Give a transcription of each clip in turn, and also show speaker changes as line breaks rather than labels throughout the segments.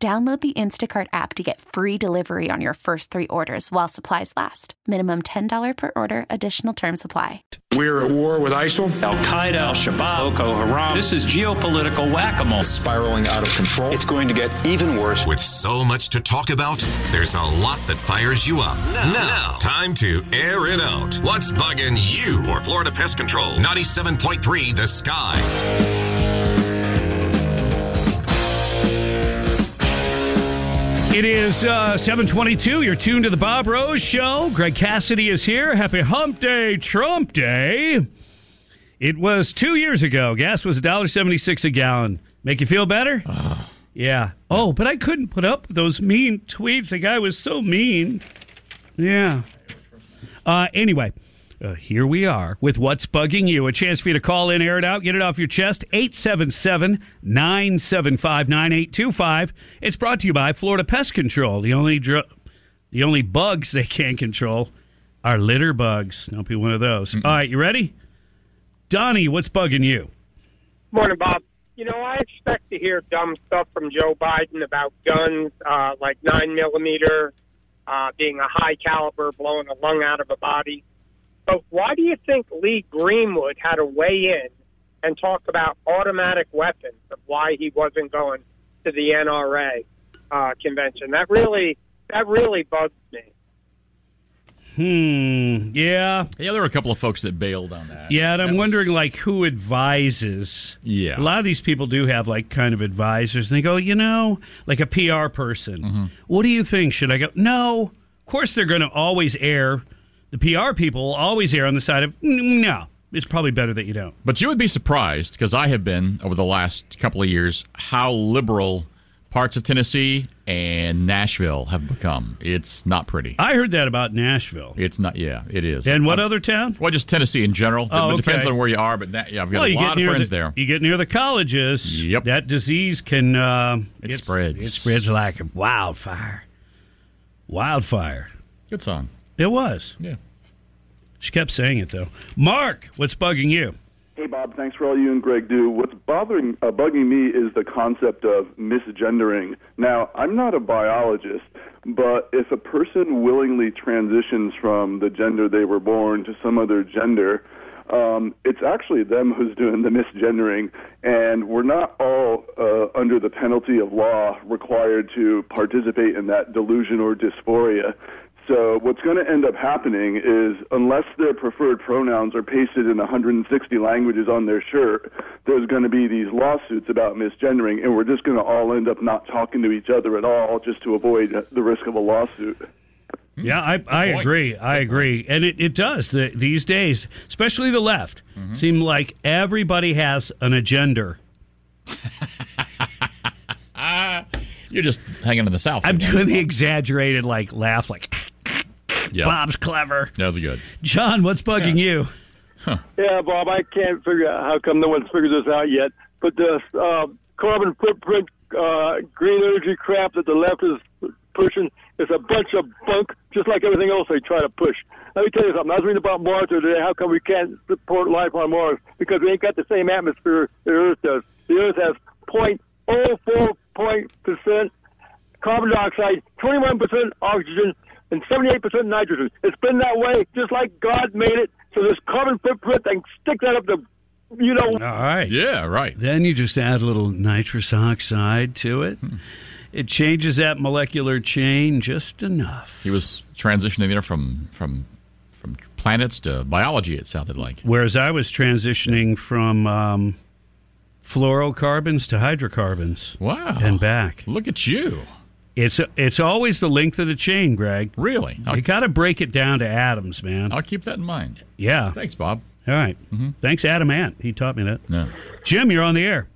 Download the Instacart app to get free delivery on your first three orders while supplies last. Minimum $10 per order, additional term supply.
We're at war with ISIL.
Al Qaeda, Al Shabaab, Boko Haram. This is geopolitical whack a mole.
Spiraling out of control.
It's going to get even worse.
With so much to talk about, there's a lot that fires you up. Now, now time to air it out. What's bugging you?
Or Florida Pest Control.
97.3 The Sky.
It is uh, 722. You're tuned to the Bob Rose Show. Greg Cassidy is here. Happy Hump Day, Trump Day. It was two years ago. Gas was $1.76 a gallon. Make you feel better? Uh,
Ah.
yeah. Oh, but I couldn't put up those mean tweets. The guy was so mean. Yeah. Uh, anyway. Uh, here we are with What's Bugging You. A chance for you to call in, air it out, get it off your chest. 877 975 9825. It's brought to you by Florida Pest Control. The only, dr- the only bugs they can't control are litter bugs. Don't be one of those. All right, you ready? Donnie, what's bugging you?
Morning, Bob. You know, I expect to hear dumb stuff from Joe Biden about guns, uh, like 9 millimeter uh, being a high caliber, blowing a lung out of a body. But why do you think Lee Greenwood had to weigh in and talk about automatic weapons of why he wasn't going to the NRA uh, convention? That really, that really bugs me.
Hmm. Yeah.
Yeah, there were a couple of folks that bailed on that.
Yeah, and I'm
That was-
wondering like who advises.
Yeah.
A lot of these people do have like kind of advisors, and they go, you know, like a PR person.
Mm-hmm.
What do you think? Should I go? No. Of course, they're going to always air. The PR people will always air on the side of "N- no. It's probably better that you don't.
But you would be surprised because I have been over the last couple of years how liberal parts of Tennessee and Nashville have become. It's not pretty.
I heard that about Nashville.
It's not. Yeah, it is.
And what other town?
Well, just Tennessee in general.
Oh,
it depends
okay.
on where you are, but that, yeah, I've got
Well,
a
you
lot
get
of
near
friends
the-
there.
You get near the colleges.
Yep.
That disease can. Uh,
It spreads.
It spreads like a wildfire. Wildfire.
Good song.
It was.
Yeah.
She kept saying it though. Mark, what's bugging you?
Hey, Bob. Thanks for all you and Greg do. What's bothering, uh, bugging me is the concept of misgendering. Now, I'm not a biologist, but if a person willingly transitions from the gender they were born to some other gender, um, it's actually them who's doing the misgendering, and we're not all uh, under the penalty of law required to participate in that delusion or dysphoria. So what's going to end up happening is unless their preferred pronouns are pasted in 160 languages on their shirt, there's going to be these lawsuits about misgendering, and we're just going to all end up not talking to each other at all just to avoid the risk of a lawsuit.
Yeah, I, I
point.
agree. I agree. And it, it does the, these days, especially the left,
Mm-hmm.
seem like everybody has an agenda.
You're just hanging in the South.
I'm
right now.
doing the exaggerated like laugh like
Yeah.
Bob's clever.
That was good.
John, what's bugging you?
Yeah, Bob, I can't figure out how come no one's figured this out yet. But this uh, carbon footprint, uh, green energy crap that the left is pushing is a bunch of bunk, just like everything else they try to push. Let me tell you something. I was reading about Mars today. How come we can't support life on Mars? Because we ain't got the same atmosphere the Earth does. The Earth has 0.04 point percent carbon dioxide, 21% oxygen, and 78% nitrogen. It's been that way just like God made it. So this carbon footprint thing, stick that up the, you know,
All right.
Yeah, right.
Then you just add a little nitrous oxide to it.
Hmm.
It changes that molecular chain just enough.
He was transitioning there from from from planets to biology. It sounded like.
Whereas I was transitioning from um, fluorocarbons to hydrocarbons
Wow.
and back.
Look at you.
It's it's always the length of the chain, Greg.
Really? I'll,
You got to break it down to atoms, man.
I'll keep that in mind.
Yeah.
Thanks, Bob.
All right. Thanks, Adam Ant. He taught me that.
No.
Jim, you're on the air.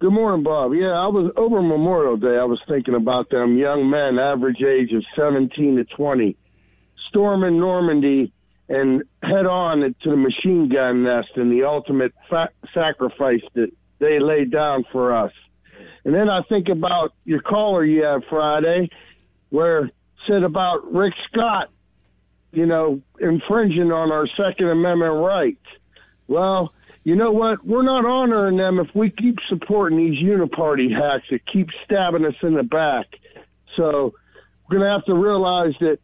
Good morning, Bob. Yeah, I was over Memorial Day. I was thinking about them young men, average age of 17 to 20, storming Normandy and head on to the machine gun nest and the ultimate fa- sacrifice that they laid down for us. And then I think about your caller you had Friday, where said about Rick Scott, you know, infringing on our Second Amendment rights. Well, you know what? We're not honoring them if we keep supporting these uniparty hacks that keep stabbing us in the back. So we're going to have to realize that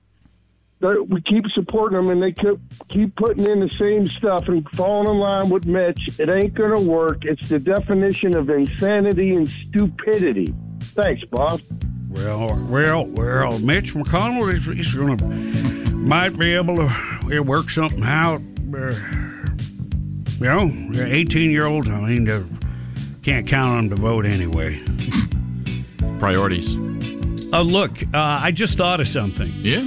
that we keep supporting them and they keep, keep putting in the same stuff and falling in line with Mitch. It ain't going to work. It's the definition of insanity and stupidity. Thanks, boss.
Well, well, well, Mitch McConnell is he's gonna might be able to work something out. Uh, you know, eighteen-year-olds. I mean, they can't count on them to vote anyway.
Priorities.
Oh, look, uh, I just thought of something.
Yeah.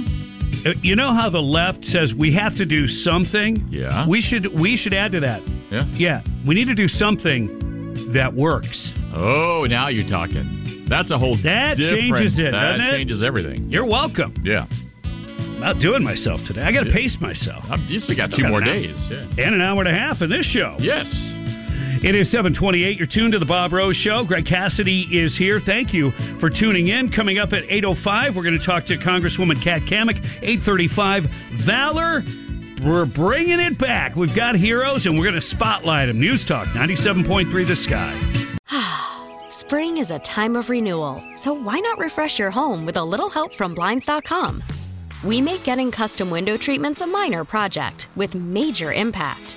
Uh, You know how the left says we have to do something.
Yeah.
We should we should add to that.
Yeah.
Yeah, we need to do something that works.
Oh, now you're talking. That's a whole
That
different-
changes it,
That
doesn't it?
changes everything.
You're welcome.
Yeah.
I'm not doing myself today. I got to pace myself.
I'm, you still got
Still
two
got
more
an hour.
days. Yeah.
And an hour and a half in this show.
Yes.
It is 728. You're tuned to the Bob Rose Show. Greg Cassidy is here. Thank you for tuning in. Coming up at 8.05, we're going to talk to Congresswoman Kat Kamick. 8.35, Valor. We're bringing it back. We've got heroes, and we're going to spotlight them. News Talk 97.3 The Sky.
Spring is a time of renewal, so why not refresh your home with a little help from Blinds.com? We make getting custom window treatments a minor project with major impact.